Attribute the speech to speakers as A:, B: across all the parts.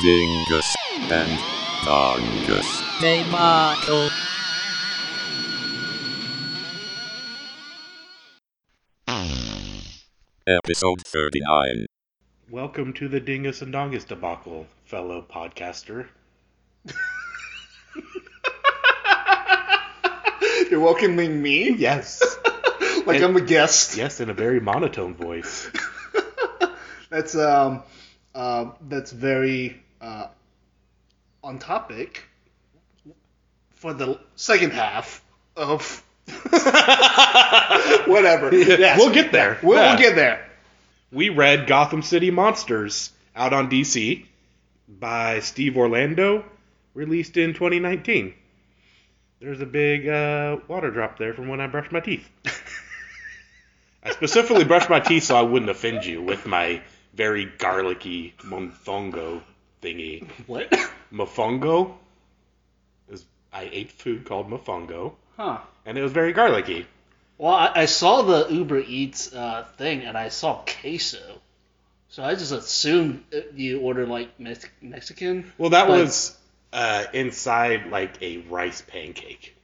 A: Dingus and Dongus.
B: Tomato.
A: Episode 39.
C: Welcome to the Dingus and Dongus debacle, fellow podcaster.
D: You're welcoming me? Yes. like I'm a guest.
C: Yes, in a very monotone voice.
D: That's um uh, that's very uh, on topic for the second half of whatever. Yes.
C: We'll get there.
D: We'll,
C: Yeah.
D: we'll get there.
C: We read Gotham City Monsters out on DC by Steve Orlando, released in 2019. There's a big uh, water drop there from when I brushed my teeth. I specifically brushed my teeth so I wouldn't offend you with my very garlicky mofongo thingy.
D: What?
C: Mofongo is I ate food called mofongo,
D: Huh.
C: and it was very garlicky.
E: Well, I, I saw the Uber Eats uh, thing, and I saw queso, so I just assumed it- you order like Mex- Mexican.
C: Well, that
E: But-
C: was uh, inside like a rice pancake.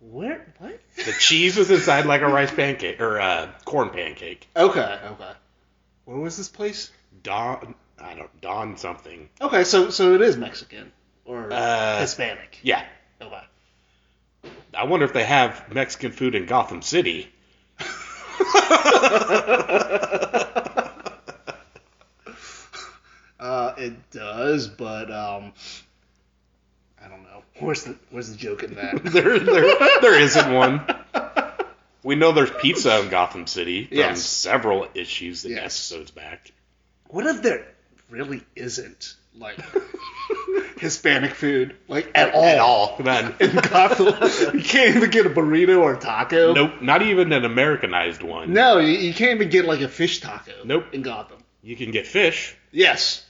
E: Where? What?
C: The cheese was inside like a rice pancake or a corn pancake.
D: Okay. Okay. Where was this place?
C: Don, I don't don something.
E: Okay, so so it is Mexican or
C: Uh,
E: Hispanic.
C: Yeah,
E: Okay.
C: I wonder if they have Mexican food in Gotham City.
D: Uh, it
E: Does but um, I don't know. Where's the where's the joke in that?
C: there, there, there isn't one. We know there's pizza in Gotham City from
D: Yes.
C: several issues and
D: Yes.
C: episodes back.
E: what if there really isn't like
D: Hispanic food, like
E: at all?
D: at all.
C: Then,
D: In Gotham, you can't even get a burrito or a taco.
C: nope, not even an Americanized one.
D: No,
E: You, you can't even get like a fish taco.
C: Nope.
E: In Gotham.
C: You can get fish,
D: Yes.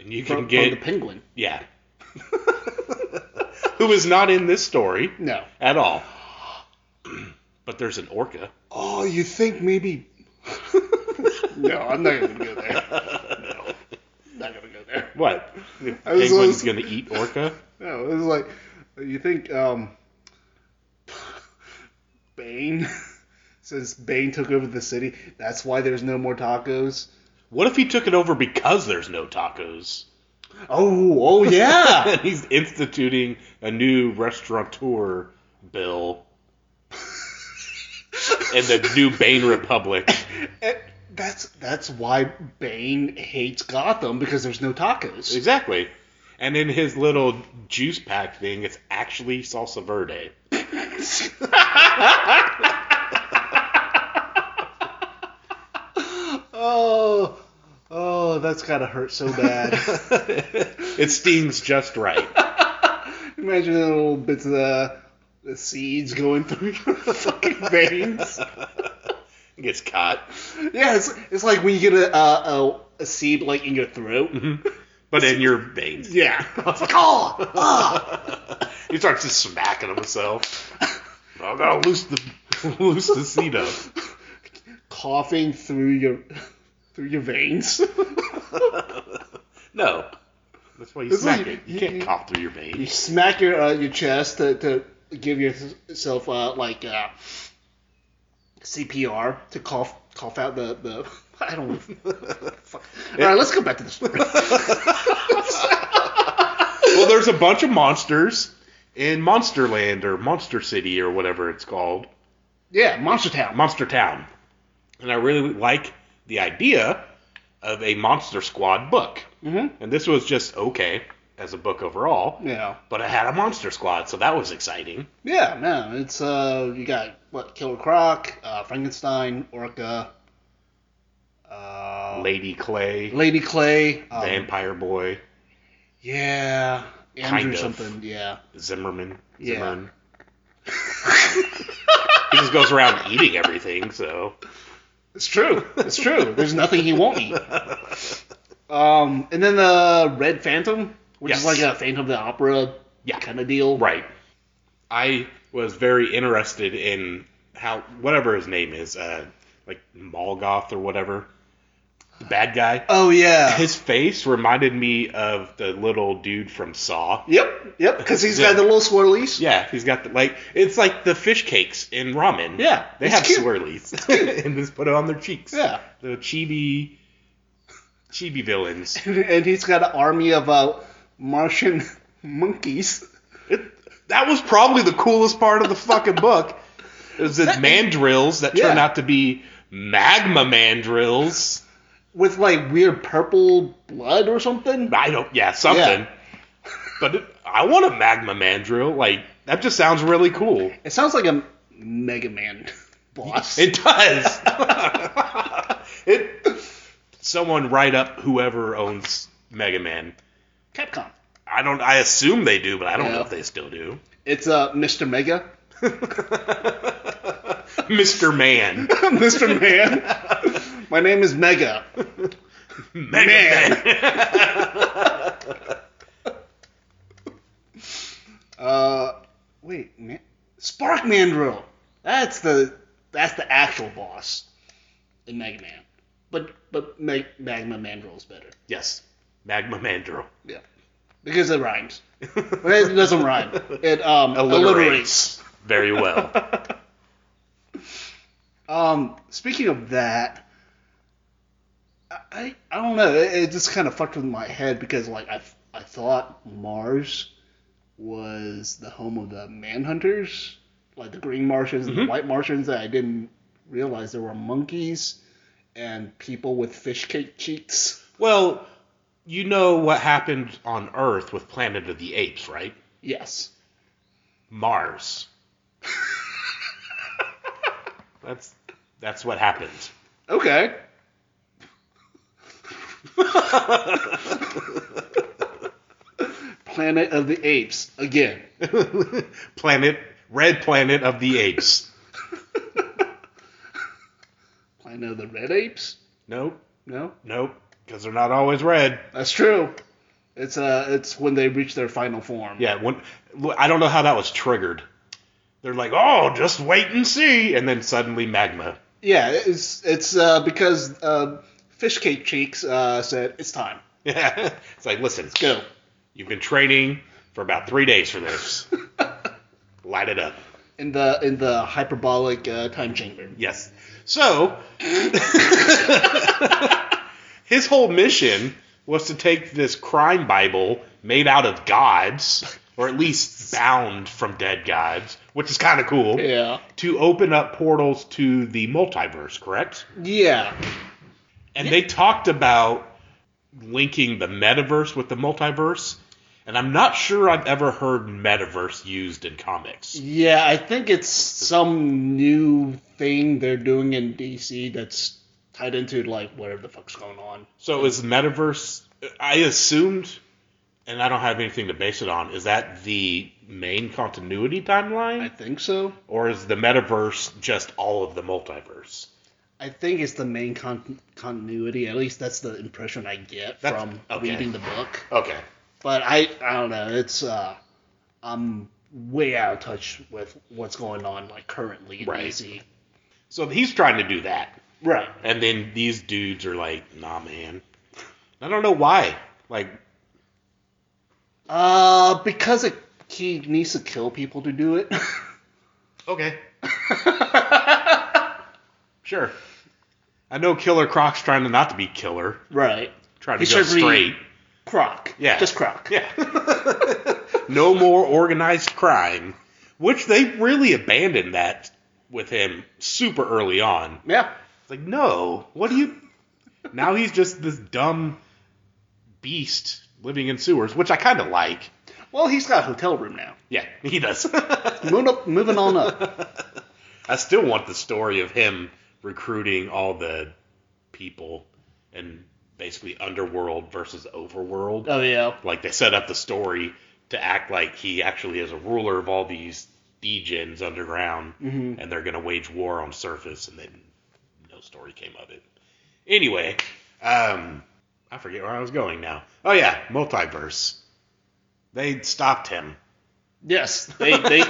C: and you
E: From, from
C: can get
E: the penguin.
C: yeah. Who is not in this story
D: No.
C: at all? but there's an orca.
D: Oh, you think maybe? no, I'm not gonna go there. No, not gonna go there.
C: What? The
D: I was- I
C: Penguin's
D: was-
C: gonna eat orca.
D: No, it was like you think um, Bane. Since Bane took over the city, that's why there's no more tacos.
C: What if he took it over because there's no tacos?
D: Oh, oh yeah.
C: and he's instituting a new restaurateur bill in the new Bane Republic.
D: And that's that's why Bane hates Gotham because there's no tacos.
C: Exactly. And in his little juice pack thing, it's actually salsa verde.
D: Oh, oh, that's gotta hurt so bad.
C: it stings just right.
D: Imagine the little bits of the, the seeds going through your fucking veins.
C: Gets caught.
D: Yeah, it's, it's like when you get a, a, a, a seed like in your throat.
C: But in your veins.
D: Yeah. It's like, oh, ah.
C: he starts just smacking himself. I gotta loose the loose the seat up.
D: coughing through your through your veins.
C: No. That's why you
D: That's why
C: smack
D: you-
C: it. You,
D: you-
C: can't
D: you-
C: cough through your
D: you
C: veins.
D: smack your uh, your chest to, to give yourself uh, like uh, CPR to cough cough out the, the I don't. Fuck. All right, let's go back to the story.
C: Well, there's a bunch of monsters in Monsterland or Monster City or whatever it's called.
D: yeah, Monster Town.
C: Monster Town. And I really like the idea of a Monster Squad book. Mm-hmm. And this was just okay as a book overall,
D: Yeah.
C: but it had a Monster Squad, so that was exciting.
D: Yeah, no, it's uh, you got what Killer Croc, uh, Frankenstein, Orca, uh,
C: Lady Clay,
D: Lady Clay, um,
C: Vampire Boy,
D: yeah, Andrew
C: Kind of.
D: something, yeah,
C: Zimmerman.
D: Yeah.
C: Zimmern. he just goes around eating everything, so.
D: it's true, it's true. There's nothing he won't eat. Um, and then the Red Phantom, which is
C: Yes.
D: like a Phantom of the Opera,
C: Yeah.
D: kind of deal,
C: Right. I was very interested in how whatever his name is, uh, like Molgoth or whatever. the bad guy.
D: Oh yeah.
C: His face reminded me of the little dude from Saw.
D: yep, yep. Because he's
C: Yeah.
D: got the little swirlies.
C: Yeah, he's got the like. It's like the fish cakes in ramen.
D: Yeah,
C: they
D: it's
C: have
D: cute.
C: swirlies and just put it on their cheeks.
D: Yeah.
C: the chibi, chibi villains.
D: And he's got an army of uh, Martian monkeys.
C: It, that was probably the coolest part of the fucking book. It was the mandrills that turned
D: Yeah.
C: out to be magma mandrills.
D: with like weird purple blood or something.
C: I don't. Yeah, something.
D: Yeah.
C: But it, I want a magma mandrill. Like that just sounds really cool.
D: It sounds like a Mega Man boss.
C: It does. it. Someone write up whoever owns Mega Man.
D: Capcom.
C: I don't. I assume they do, but I don't know
D: Yeah.
C: if they still do.
D: It's uh, Mr. Mega.
C: Mr. Man,
D: Mr. Man. My name is Mega.
C: Mega
D: Man.
C: Man.
D: Uh, wait, man. Spark Mandrill. That's the that's the actual boss in Mega Man. But but Mag- Magma Mandrill's better.
C: yes, Magma Mandrill.
D: Yeah. Because it rhymes. But it doesn't rhyme. It um alliterates.
C: very well.
D: Um, speaking of that, I I, I don't know. It, it just kind of fucked with my head because like I I thought Mars was the home of the Manhunters, like the Green Martians and the White Martians. That I didn't realize there were monkeys and people with fish cake cheeks.
C: well, you know what happened on Earth with Planet of the Apes, right?
D: Yes.
C: Mars. that's that's what happened.
D: Okay. Planet of the Apes again.
C: Planet Red Planet of the Apes.
D: Planet of the Red Apes.
C: Nope,
D: No,
C: nope, because they're not always red.
D: that's true. It's uh, it's when they reach their final form.
C: Yeah, when, I don't know how that was triggered. They're like, oh, just wait and see, and then suddenly magma.
D: yeah. It's it's uh, because uh, fish cake cheeks uh, said it's time.
C: Yeah, it's like, listen,
D: Go.
C: you've been training for about three days for this. Light it up.
D: In the in the hyperbolic uh, time chamber.
C: Yes. So his whole mission was to take this crime Bible made out of gods, or at least bound from dead gods, which is kind of cool,
D: Yeah.
C: to open up portals to the multiverse, correct?
D: Yeah.
C: And they talked about linking the metaverse with the multiverse, and I'm not sure I've ever heard metaverse used in comics.
D: Yeah. I think it's some new thing they're doing in DC that's tied into like whatever the fuck's going on.
C: So is metaverse? I assumed, and I don't have anything to base it on. Is that the main continuity
D: I
C: timeline,
D: think so.
C: or is the metaverse just all of the multiverse?
D: I think it's the main con- continuity. At least that's the impression I get
C: That's-
D: from
C: okay.
D: reading the book.
C: Okay.
D: But I, I don't know. It's uh, I'm way out of touch with what's going on like currently in
C: Right.
D: DC.
C: So he's trying to do that,
D: Right.
C: and then these dudes are like, "Nah, man." I don't know why. Like,
D: Uh, because it, he needs to kill people to do it.
C: okay, sure. I know Killer Croc's trying to not to be killer,
D: right.
C: trying to
D: He
C: go
D: should read-
C: straight.
D: Croc.
C: Yeah.
D: Just Croc.
C: Yeah. no more organized crime, which they really abandoned that with him super early on.
D: Yeah.
C: It's like, no, what do you. Now he's just this dumb beast living in sewers, which I kind of like.
D: Well, Oh, he's got a hotel room now.
C: Yeah, he does.
D: Moving up, moving on up.
C: I still want the story of him recruiting all the people and basically underworld versus overworld
D: Oh yeah.
C: like they set up the story to act like he actually is a ruler of all these degens underground and they're going to wage war on surface and then no story came of it anyway um i forget where i was going now oh yeah multiverse they stopped him
D: Yes. They they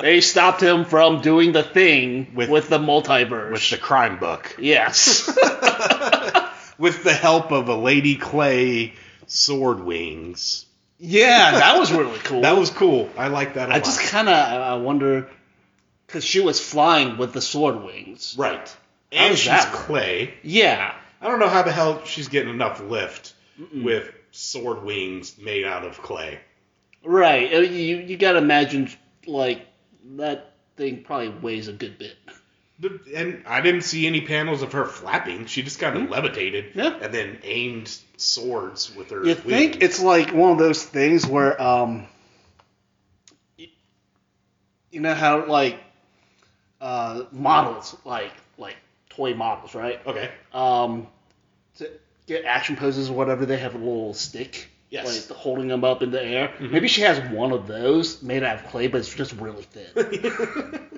D: they stopped him from doing the thing
C: With-
D: with, the multiverse.
C: with the crime book
D: yes.
C: with the help of a Lady Clay sword wings.
F: Yeah, that was really cool.
C: That was cool. I like that a
F: I
C: lot.
F: just kind of I I wonder because she was flying with the sword wings.
C: right.
F: How
C: And
F: does
C: she's
F: that work?
C: clay.
F: Yeah.
C: I don't know how the hell she's getting enough lift with sword wings made out of clay.
F: Right. I mean, You you gotta imagine like that thing probably weighs a good bit.
C: The- And I didn't see any panels of her flapping. She just kind of levitated
F: Yeah.
C: and then aimed swords with her.
D: You think
C: wings.
D: it's like one of those things where, um, y-
F: You know how like uh, models like like toy models, right?
C: okay?
F: Um, to get action poses or whatever, they have a little stick.
C: Yes.
F: Like holding them up in the air. Maybe she has one of those made out of clay, but it's just really thin.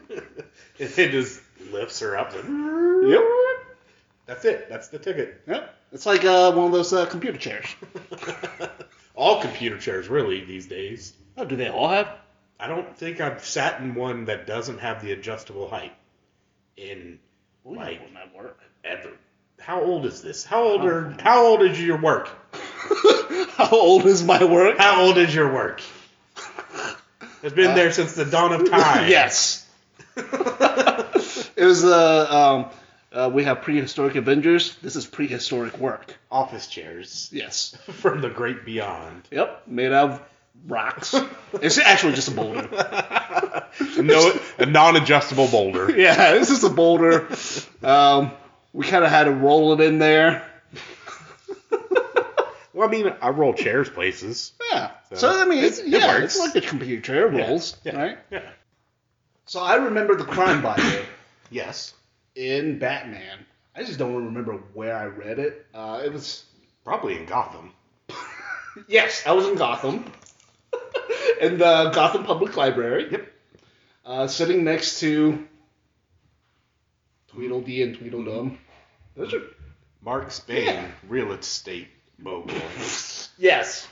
C: it just lifts her up.
D: yep,
C: That's it. That's the ticket.
D: yep.
F: it's like uh, one of those uh, computer chairs.
C: All computer chairs, really, these days.
F: Oh, do they all have?
C: I don't think I've sat in one that doesn't have the adjustable height. In
F: We
C: Like-
F: have one at
C: ever. How old is this? How old are? How old is your work?
F: work. How old is my work?
C: How old is your work? It's been there since the dawn of time.
F: yes.
D: It was uh, um, uh, we have prehistoric Avengers. This is prehistoric work.
C: Office chairs
D: Yes.
C: from the great beyond.
D: Yep. Made out of rocks.
F: It's actually just a boulder.
C: No, a non-adjustable boulder.
D: yeah, this is a boulder. Um, we kind of had to roll it in there.
C: Well, I mean, I roll chairs places.
D: Yeah. So,
C: So,
D: I mean, it's,
C: it- it
D: yeah,
C: works.
D: it's like the computer chair rolls,
C: yeah,
D: right?
C: yeah.
D: So I remember the crime binder
C: Yes,
D: in Batman. I just don't remember where I read it. Uh, it was
C: probably in Gotham.
D: yes, I was in Gotham, in the Gotham Public Library.
C: Yep.
D: Uh, sitting next to Tweedledee and Tweedledum. Those are
C: Mark Spain,
D: Yeah.
C: real estate mogul.
D: yes,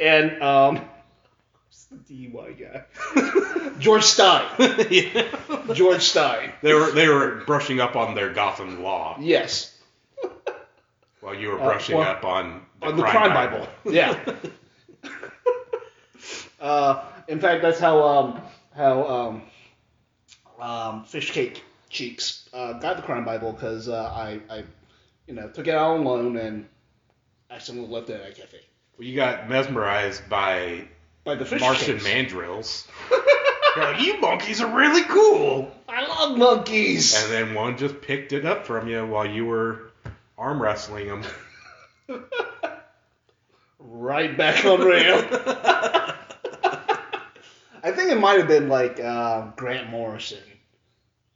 D: and um, who's the DUI guy, George Stein. George Stein.
C: They were they were brushing up on their Gotham law
D: Yes.
C: while you were brushing
D: Uh, well,
C: up on the,
D: on the crime bible. Yeah. uh, in fact, that's how um, how um, um, fish cake cheeks uh, got the crime bible because uh, I I you know took it out on loan and accidentally left it at a cafe
C: Well, you got mesmerized by
D: by the fish
C: Martian
D: cakes.
C: mandrills. You're like, you monkeys are really cool.
D: I love monkeys.
C: And then one just picked it up from you while you were arm wrestling them.
D: right back on rail. I think it might have been like uh, Grant Morrison,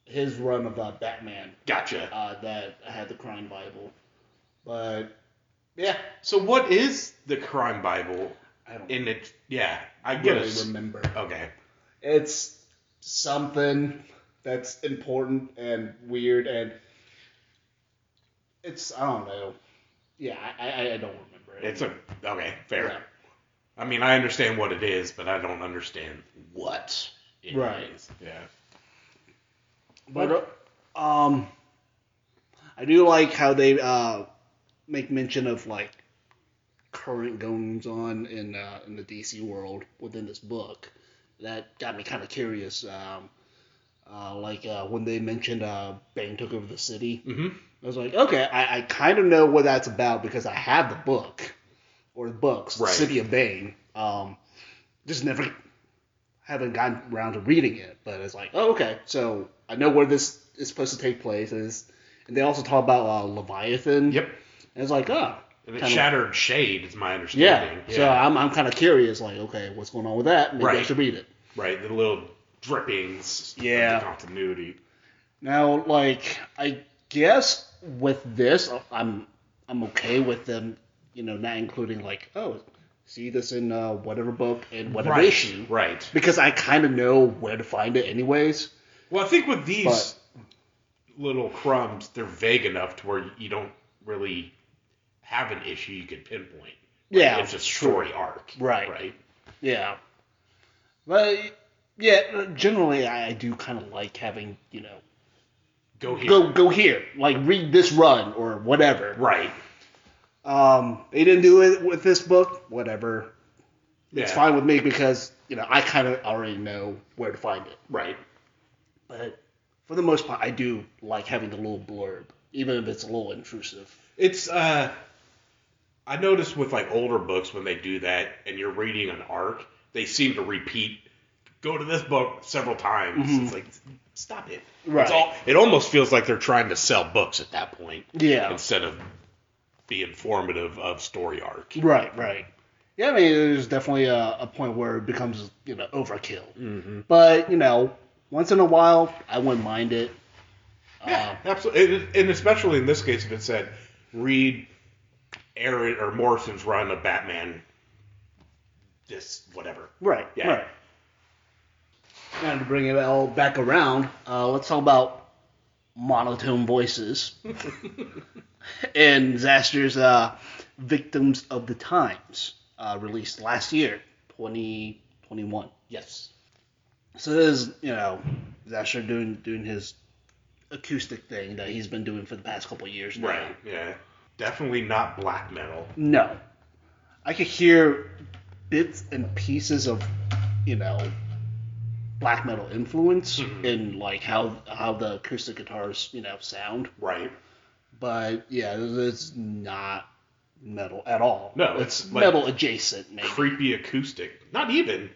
D: his run of uh, Batman.
C: Gotcha.
D: uh, that had the crime bible. But yeah,
C: So what is the crime bible?
D: I don't
C: In it, yeah, I get
D: really
C: it.
D: remember.
C: Okay.
D: It's something that's important and weird, and it's I don't know. Yeah, I, I, I don't remember.
C: It's a okay, fair.
D: Yeah.
C: I mean, I understand what it is, but I don't understand what it is.
D: Right.
C: Yeah.
D: But uh, um, I do like how they uh, make mention of like current goings on in uh, in the DC world within this book. That got me kind of curious. Um, uh, like uh, when they mentioned uh, Bane took over the city,
C: hmm
D: I was like, okay, I, I kind of know what that's about because I have the book or the books,
C: Right.
D: City of Bane. Um, just never haven't gotten around to reading it, but it's like, oh, okay, so I know where this is supposed to take place. Is and they also talk about uh, Leviathan.
C: Yep.
D: And it's like, oh,
C: And the
D: Kinda-
C: shattered shade is my
D: yeah.
C: understanding.
D: So I'm, I'm kind of curious, like, okay, what's going on with that? Maybe I
C: Right.
D: should read it.
C: right, the little drippings. of the
D: Yeah.
C: continuity.
D: Now, like, I guess
F: With this, I'm I'm okay with them, you know, not including like oh,
D: see this in uh, whatever book and whatever
C: Right.
D: issue.
C: Right.
F: because I kind of know where to find it anyways.
C: Well, I think with these little crumbs, they're vague enough to where you don't really have an issue you could pinpoint. Like,
F: Yeah,
C: It's a story arc.
F: Right.
C: Right.
F: Yeah.
D: But
F: Yeah. Generally, I, I do kind of like having you know
C: Go here.
F: go go here, like read this run or whatever.
C: Right.
G: Um, they didn't do it with this book. Whatever. It's
C: Yeah.
G: fine with me because you know I kind of already know where to find it.
C: Right.
G: But
D: For the most part, I do like having the little blurb, even if it's a little intrusive.
C: It's uh I notice with like older books when they do that and you're reading an arc, they seem to repeat go to this book several times. It's like stop it.
G: Right.
C: It's all, it almost feels like they're trying to sell books at that point
G: yeah,
C: instead of be informative of story arc.
G: right, right. Yeah, I mean, there's definitely a, a point where it becomes you know overkill. But you know, once in a while, I wouldn't mind it.
C: Yeah, absolutely. And, and especially in this case, if it said read Aaron or Morrison's run of Batman, this whatever.
G: Right.
C: Yeah.
G: Right. And to bring it all back around,
D: Uh, let's talk about monotone voices and Zaster's uh, Victims of the Times, uh, released last year, 2021.
C: Yes.
D: So this is, you know, Zaster doing doing his acoustic thing that he's been doing for the past couple of years now.
C: Right. Yeah. Definitely not black metal.
G: no, I could hear bits and pieces of, you know,
D: Black metal influence
C: Mm-hmm.
D: in like how how the acoustic guitars, you know, sound.
C: Right.
D: But yeah, it's not metal at all.
C: No,
D: it's,
C: it's like-
D: metal adjacent, maybe.
C: Creepy acoustic. Not even.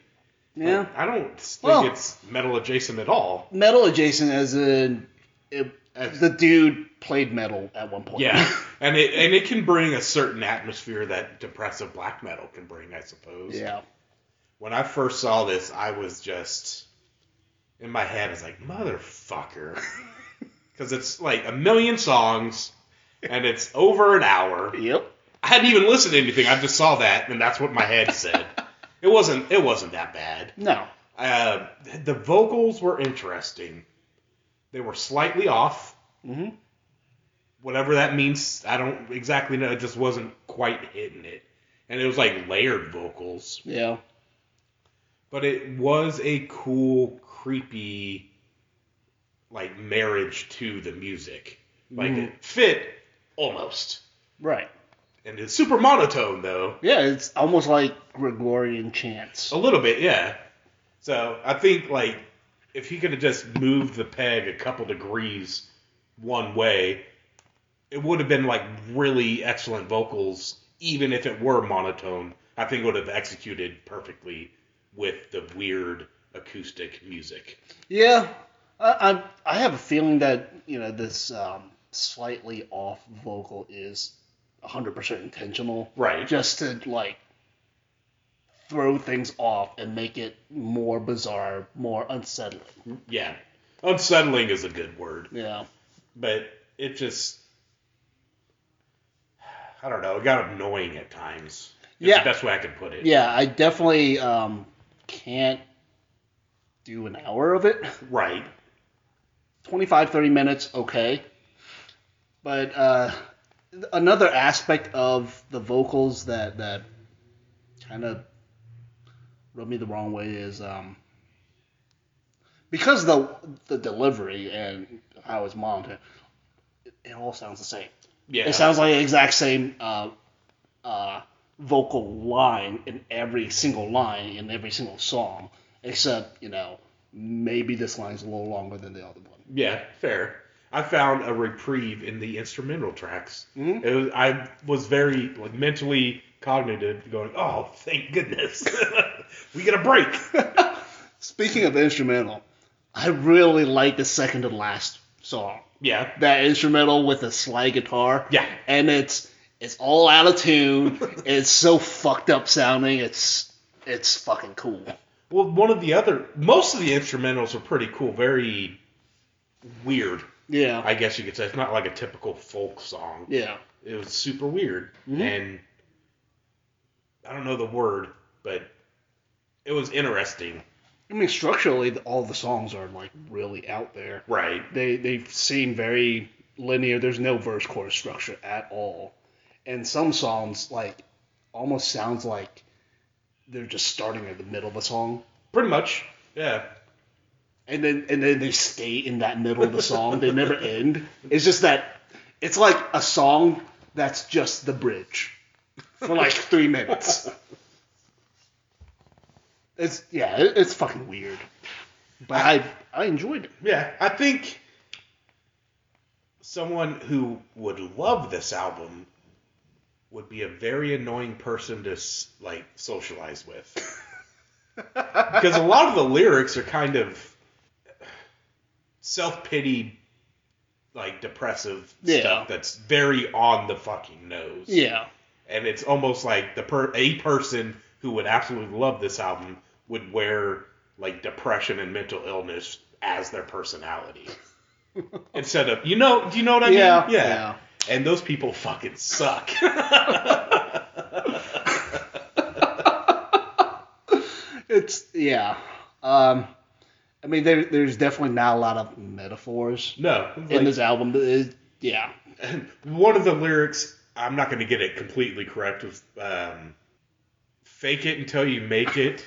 D: yeah.
C: I don't think
D: Well-
C: it's metal adjacent at all.
D: metal adjacent as in it, the dude played metal at one point.
C: Yeah. and it and it can bring a certain atmosphere that depressive black metal can bring, I suppose.
D: yeah.
C: When I first saw this, I was just in my head. I was like, motherfucker, because it's like a million songs, and it's over an hour.
D: Yep.
C: I hadn't even listened to anything. I just saw that, and that's what my head said. it wasn't. It wasn't that bad.
D: No.
C: Uh, the vocals were interesting. They were slightly off.
D: Mhm.
C: Whatever that means, I don't exactly know. It just wasn't quite hitting it, and it was like layered vocals.
D: Yeah.
C: But it was a cool, creepy, like marriage to the music. Like it fit almost,
D: Right.
C: and it's super monotone though.
D: Yeah, it's almost like Gregorian chants.
C: A little bit, yeah. So I think like if he could have just moved the peg a couple degrees one way, it would have been like really excellent vocals, even if it were monotone. I think it would have executed perfectly with the weird acoustic music.
D: Yeah. I, I I have a feeling that, you know, this um, slightly off vocal is 100% intentional.
C: Right.
D: Just to, like, throw things off and make it more bizarre, more unsettling.
C: Yeah. Unsettling is a good word.
D: Yeah.
C: But it just I don't know, it got annoying at times. It's
D: Yeah.
C: the best way I can put it.
D: Yeah, I definitely um, can't do an hour of it.
C: Right.
D: 25, 30 minutes, okay. But uh, another aspect of the vocals that, that kind of rubbed me the wrong way is um, because the the delivery and how it's monitored, it, it all sounds the same.
C: Yeah.
D: It sounds like the exact same uh, uh, vocal line in every single line in every single song, except you know maybe this line's a little longer than the other one.
C: Yeah, fair. I found a reprieve in the instrumental tracks. It was, I was very like mentally cognitive, going, "Oh, thank goodness, we get a break."
D: Speaking of instrumental, I really like the second to last song.
C: yeah,
D: That instrumental with the slide guitar.
C: Yeah.
D: and it's it's all out of tune. it's so fucked up sounding. It's it's fucking cool.
C: Well, one of the other, most of the instrumentals are pretty cool, very weird.
D: Yeah.
C: I guess you could say it's not like a typical folk song.
D: yeah.
C: It was super weird, and I don't know the word, but it was interesting.
D: I mean, structurally, all the songs are like really out there.
C: Right.
D: they they seem very linear. There's no verse chorus structure at all, and some songs like almost sounds like they're just starting at the middle of a song,
C: Pretty much. Yeah.
D: and then and then they stay in that middle of the song. they never end. It's just that it's like a song That's just the bridge for like three minutes. It's yeah, it, it's fucking weird, but I I enjoyed it.
C: Yeah, I think someone who would love this album would be a very annoying person to s- like socialize with. Because a lot of the lyrics are kind of self-pity like depressive
D: Yeah.
C: stuff that's very on the fucking nose.
D: Yeah,
C: and it's almost like the per- a person who would absolutely love this album would wear like depression and mental illness as their personality instead of you know do you know what I
D: yeah,
C: mean and those people fucking suck
D: It's yeah. Um, I mean, there, there's definitely not a lot of metaphors
C: no
D: in
C: like,
D: this album. but it- yeah,
C: one of the lyrics I'm not going to get it completely correct was um, fake it until you make it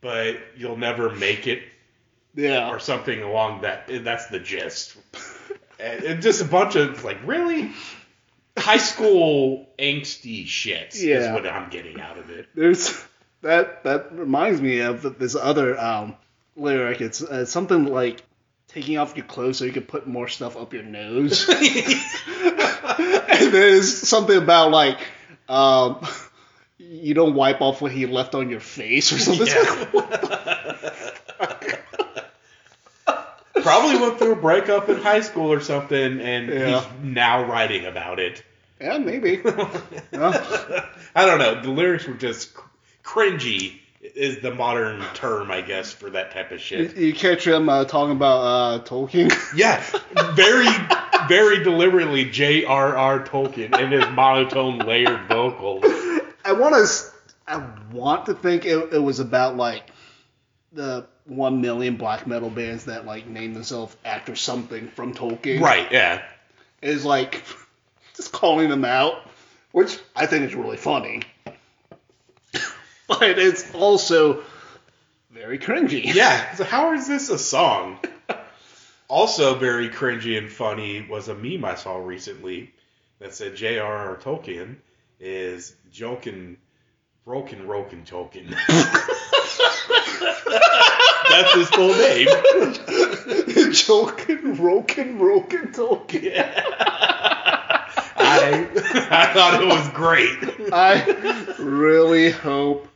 C: but you'll never make it
D: yeah.
C: or something along that. That's the gist. and, and just a bunch of like really high school angsty shit is
D: Yeah.
C: what I'm getting out of it.
D: There's that that reminds me of this other um, lyric. It's uh, something like taking off your clothes so you can put more stuff up your nose. and there's something about like um, you don't wipe off what he left on your face or something. It's like,
C: Probably went through a breakup in high school or something, and
D: Yeah.
C: he's now writing about it.
D: yeah, maybe. Yeah.
C: I don't know. The lyrics were just cr- cringy. Is the modern term, I guess, for that type of shit.
D: You, you catch him uh, talking about uh, Tolkien.
C: Yeah, very, very deliberately J.R.R. Tolkien in his monotone layered vocals.
D: I want to. I want to think it, it was about like the one million black metal bands that like named themselves after something from Tolkien.
C: Right, yeah.
D: Is like just calling them out, which I think is really funny. but it's also very cringy.
C: Yeah, so how is this a song? Also, very cringy and funny was a meme I saw recently that said J.R.R. Tolkien is joking, broken, roken, Tolkien. That's his full name.
D: Joking, roken, roken, Tolkien.
C: I, I thought it was great.
D: I really hope.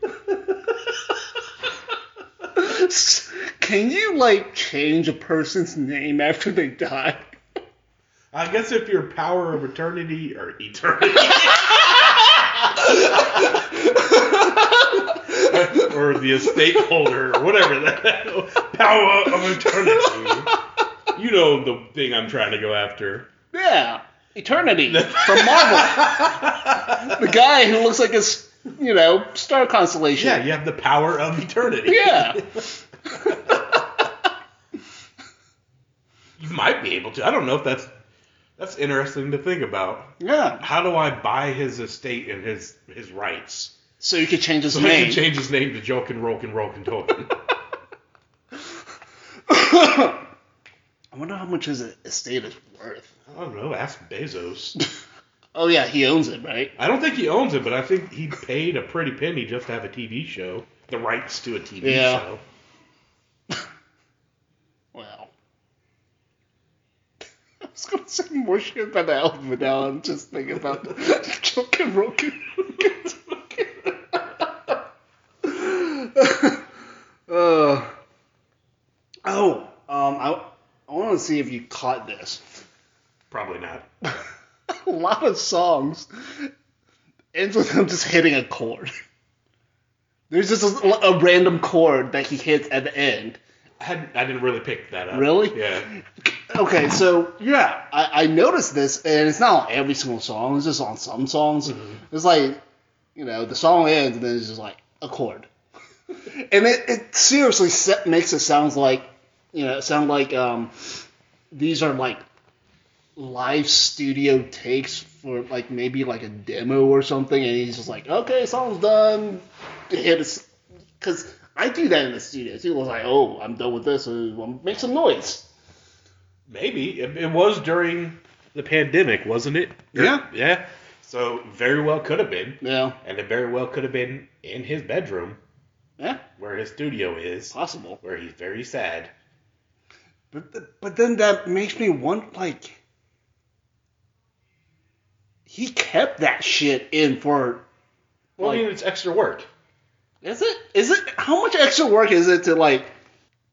D: Can you like change a person's name after they die?
C: I guess if your power of eternity or eternity or the estate holder or whatever that power of eternity. You know the thing I'm trying to go after.
D: Yeah, Eternity from Marvel. the guy who looks like his, you know, star constellation.
C: Yeah, you have the power of eternity.
D: Yeah.
C: You might be able to. I don't know if that's that's interesting to think about.
D: Yeah.
C: How do I buy his estate and his his rights?
D: So you could change his
C: So he
D: name.
C: can change his name to Jokin Roken Roken Token.
D: I wonder how much his estate is worth.
C: I don't know. Ask Bezos.
D: Oh yeah, he owns it, right?
C: I don't think he owns it, but I think he paid a pretty penny just to have a TV show, the rights to a TV
D: Yeah.
C: show.
D: Wow. I was gonna say more shit about the album, but now I'm just thinking about Joking Rocket. uh, oh, um, I, I want to see if you caught this.
C: Probably not.
D: A lot of songs ends with him just hitting a chord. There's just a, a random chord that he hits at the end.
C: I, hadn't, I didn't really pick that up.
D: Really?
C: Yeah.
D: Okay, so yeah, I, I noticed this, and it's not on every single song. It's just on some songs. It's like, you know, the song ends, and then it's just like a chord, and it, it seriously se- makes it sounds like, you know, it sound like um, these are like live studio takes for like maybe like a demo or something, and he's just like, okay, song's done, hit because I do that in the studio too. I was like, oh, I'm done with this, uh, make some noise.
C: Maybe. It, it was during the pandemic, wasn't it?
D: Yeah.
C: Yeah. So very well could have been,
D: Yeah.
C: and it very well could have been in his bedroom
D: Yeah.
C: where his studio is,
D: Possible.
C: where he's very sad.
D: But th- but then that makes me wonder, like, he kept that shit in for.
C: Well,
D: Like-
C: I mean, it's extra work.
D: Is it? Is it? How much extra work is it to like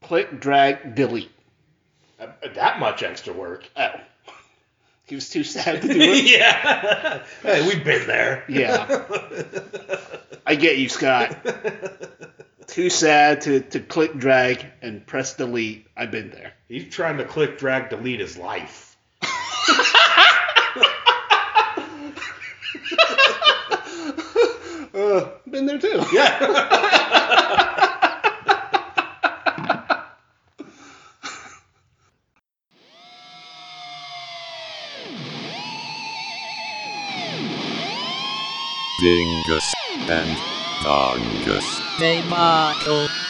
D: click, drag, delete?
C: Uh, that much extra work.
D: Oh, he was too sad to do it.
C: yeah. hey, we've been there.
D: yeah, I get you, Scott. Too sad to to click, drag, and press delete. I've been there.
C: He's trying to click, drag, delete his life.
D: Uh, been there too.
C: Yeah.
A: Dingus and Dongus.
B: They mockle